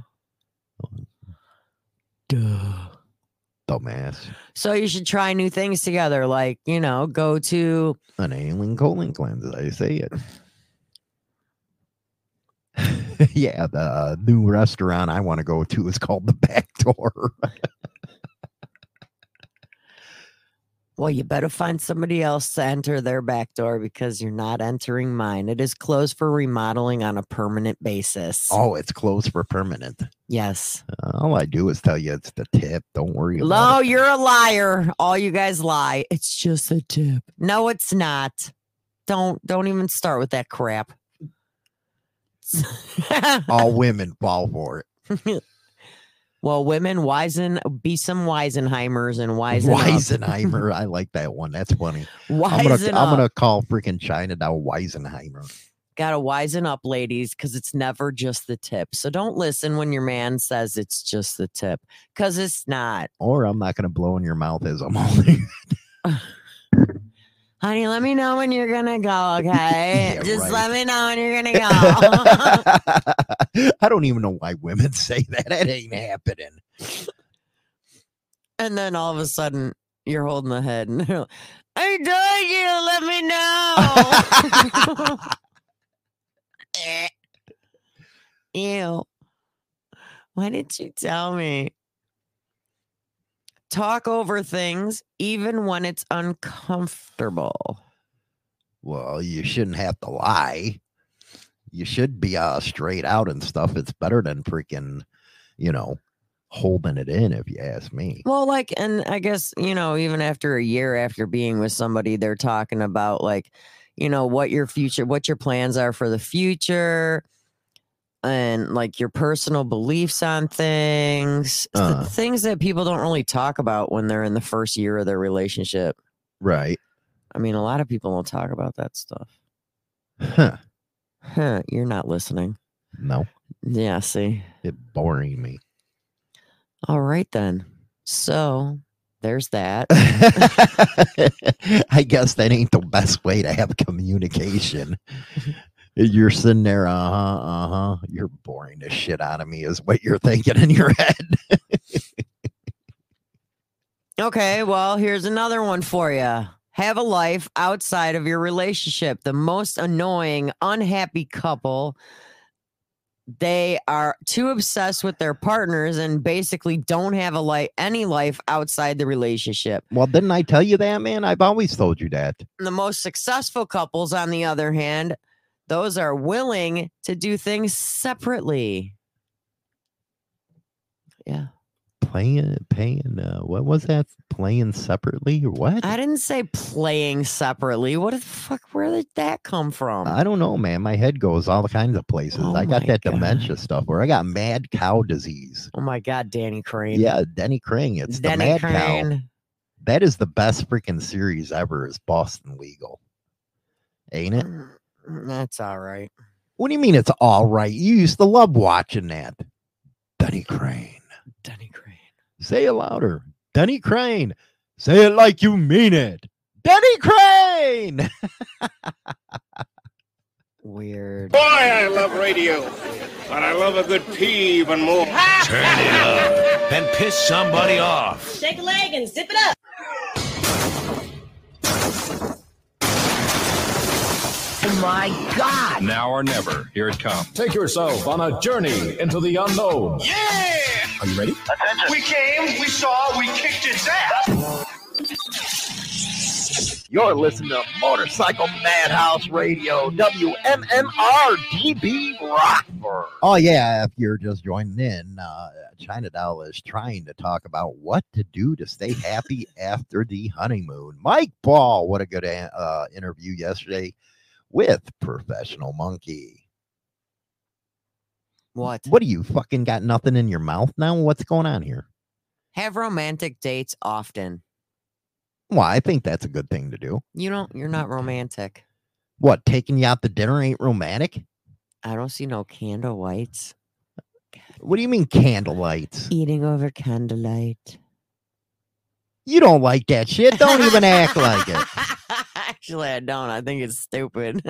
D: Duh.
C: Dumbass.
D: So you should try new things together, like you know, go to
C: An alien colon cleanse. I say it. yeah, the uh, new restaurant I want to go to is called the Back Door.
D: well, you better find somebody else to enter their back door because you're not entering mine. It is closed for remodeling on a permanent basis.
C: oh, it's closed for permanent.
D: Yes.
C: All I do is tell you it's the tip. Don't worry about
D: No, you're a liar. All you guys lie. It's just a tip. No, it's not. Don't don't even start with that crap.
C: it. All women fall for it.
D: well, women, Wisen, be some Weisenheimers and Wisen. up.
C: Weisenheimer. I like that one. That's funny. I'm gonna
D: Wisen
C: I'm
D: up.
C: gonna call freaking China now Weisenheimer.
D: gotta wisen up, ladies, because it's never just the tip. So don't listen when your man says it's just the tip, because it's not.
C: Or I'm not gonna blow in your mouth as I'm holding.
D: Honey, let me know when you're gonna go, okay?
C: Yeah,
D: Just
C: right.
D: let me know when you're gonna go.
C: I don't even know why women say that. That ain't happening.
D: and then all of a sudden, you're holding the head, and you're like, I told you, to let me know. Eh. Ew. Why didn't you tell me? Talk over things even when it's uncomfortable.
C: Well, you shouldn't have to lie. You should be uh, straight out and stuff. It's better than freaking, you know, holding it in. If you ask me.
D: Well, like, and I guess, you know, even after a year after being with somebody, they're talking about like, you know, what your future, what your plans are for the future, and like your personal beliefs on things, th-
C: Uh.
D: things that people don't really talk about when they're in the first year of their relationship.
C: Right.
D: I mean, a lot of people don't talk about that stuff.
C: Huh.
D: Huh, you're not listening.
C: No,
D: Yeah, see.
C: it boring me.
D: All right, then. So there's that.
C: I guess that ain't the best way to have communication. You're sitting there, uh huh, uh huh. You're boring the shit out of me, is what you're thinking in your head.
D: Okay, well, here's another one for you. Have a life outside of your relationship. The most annoying, unhappy couple. They are too obsessed with their partners and basically don't have a life, any life outside the relationship.
C: Well, didn't I tell you that, man? I've always told you that.
D: The most successful couples, on the other hand, those are willing to do things separately.
C: Playing, paying, uh, what was that? Playing separately or what?
D: I didn't say playing separately. What the fuck? Where did that come from?
C: I don't know, man. My head goes all kinds of places.
D: Oh
C: I got
D: my
C: that
D: God.
C: dementia stuff, or I got mad cow disease.
D: oh my God, Danny Crane.
C: Yeah, Denny Kring. It's
D: Danny
C: the mad cow.
D: Crane.
C: That is the best freaking series ever is Boston Legal. Ain't it?
D: Mm, That's all right.
C: What do you mean it's all right? You used to love watching that. Denny Crane.
D: Denny Crane.
C: Say it louder. Denny Crane. Say it like you mean it. Denny Crane.
D: Weird.
G: Boy, I love radio, but I love a good pee even more.
H: Turn it up. Then piss somebody off.
I: Shake a leg and zip it up.
J: My God!
H: Now or never. Here it comes.
K: Take yourself on a journey into the unknown.
F: Yeah!
K: Are you ready?
F: We came, we saw, we kicked its ass.
C: You're listening to Motorcycle Madhouse Radio, WMMR DB Rockford. Oh, yeah. If you're just joining in, uh, China Doll is trying to talk about what to do to stay happy after the honeymoon. Mike Paul, what a good uh, interview yesterday with Professional Monkey.
D: What?
C: What do you fucking got nothing in your mouth now? What's going on here?
D: Have romantic dates often.
C: Well, I think that's a good thing to do.
D: You don't. You're
C: Mm.
D: not romantic.
C: What, taking you out to dinner ain't romantic?
D: I don't see no candle lights.
C: What do you mean candlelight?
D: Eating over candlelight.
C: You don't like that shit. Don't even act like it.
D: Actually, I don't. I think it's stupid.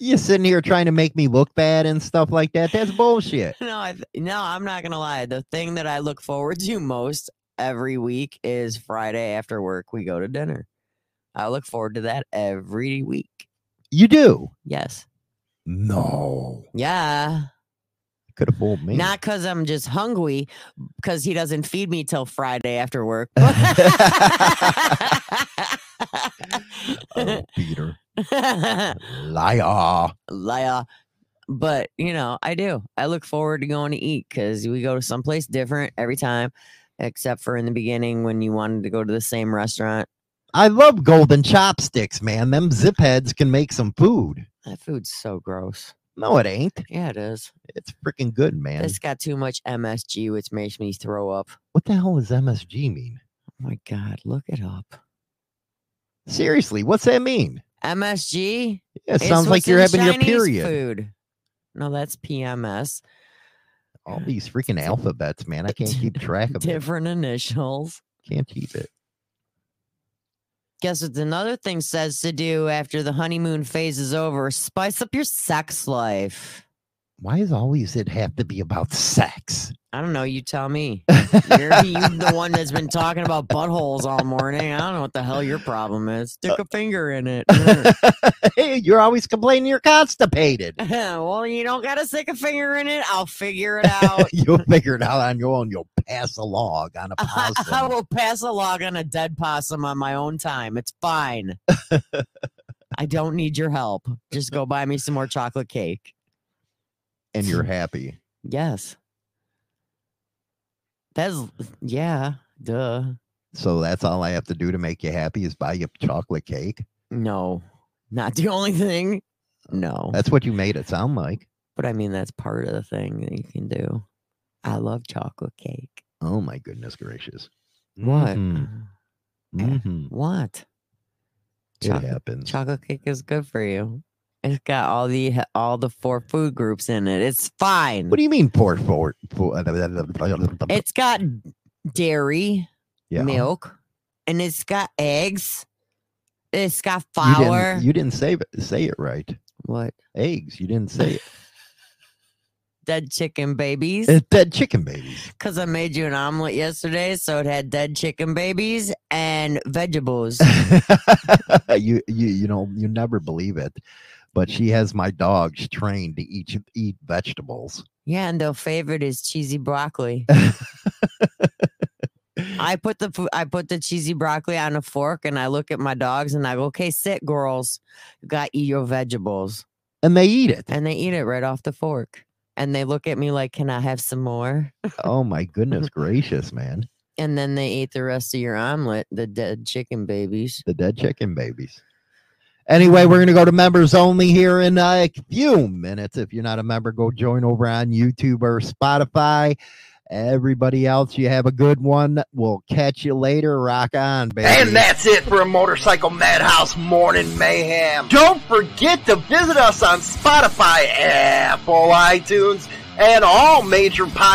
C: you sitting here trying to make me look bad and stuff like that. That's bullshit.
D: No, I th- no, I'm not gonna lie. The thing that I look forward to most every week is Friday after work. We go to dinner. I look forward to that every week.
C: You do?
D: Yes.
C: No.
D: Yeah.
C: Could have fooled me.
D: Not because I'm just hungry, because he doesn't feed me till Friday after work.
C: oh, Peter. Liar.
D: Liar. But, you know, I do. I look forward to going to eat because we go to someplace different every time except for in the beginning when you wanted to go to the same restaurant.
C: I love golden chopsticks, man. Them zip heads can make some food.
D: That food's so gross.
C: No, it ain't.
D: Yeah, it is.
C: It's freaking good, man.
D: It's got too much MSG, which makes me throw up.
C: What the hell does MSG mean?
D: Oh my God, look it up.
C: Seriously, what's that mean?
D: MSG?
C: Yeah, it sounds like you're having Chinese your period.
D: Food. No, that's PMS
C: all these freaking alphabets, man. I can't keep track of
D: different it. initials.
C: Can't keep it.
D: Guess what another thing says to do after the honeymoon phase is over? Spice up your sex life.
C: Why is always it have to be about sex?
D: I don't know. You tell me. you're, you're the one that's been talking about buttholes all morning. I don't know what the hell your problem is.
C: Uh,
D: Stick a finger in it.
C: hey, you're always complaining you're constipated.
D: well, you don't got to stick a finger in it. I'll figure it out.
C: You'll figure it out on your own. You'll pass a log on a possum.
D: I will pass a log on a dead possum on my own time. It's fine. I don't need your help. Just go buy me some more chocolate cake.
C: And you're happy.
D: Yes. That's yeah, duh.
C: So that's all I have to do to make you happy is buy you chocolate cake?
D: No. Not the only thing. No.
C: That's what you made it sound like.
D: But I mean that's part of the thing that you can do. I love chocolate cake.
C: Oh my goodness gracious.
D: What?
C: Mm-hmm. Mm-hmm.
D: What?
C: Choc- it happens.
D: Chocolate cake is good for you. It's got all the all the four food groups in it. It's fine.
C: What do you mean four four? four
D: it's got dairy, yeah. milk, and it's got eggs. It's got
C: You
D: flour.
C: didn't, you didn't say it. Say it right.
D: What
C: eggs? You didn't say it.
D: dead chicken babies.
C: It's dead chicken babies.
D: Because I made you an omelet yesterday, so it had dead chicken babies and vegetables.
C: you you you know you never believe it but she has my dogs trained to eat eat vegetables.
D: Yeah, and their favorite is cheesy broccoli. I put the I put the cheesy broccoli on a fork, and I look at my dogs, and I go, "Okay, sit, girls, you got eat your vegetables."
C: And they eat it.
D: And they eat it right off the fork. And they look at me like, "Can I have some more?"
C: oh my goodness gracious, man!
D: And then they ate the rest of your omelet, the dead chicken babies.
C: The dead chicken babies. Anyway, we're going to go to members only here in uh, a few minutes. If you're not a member, go join over on YouTube or Spotify. Everybody else, you have a good one. We'll catch you later. Rock on, baby.
A: And that's it for a Motorcycle Madhouse Morning Mayhem. Don't forget to visit us on Spotify, Apple, iTunes, and all major podcasts.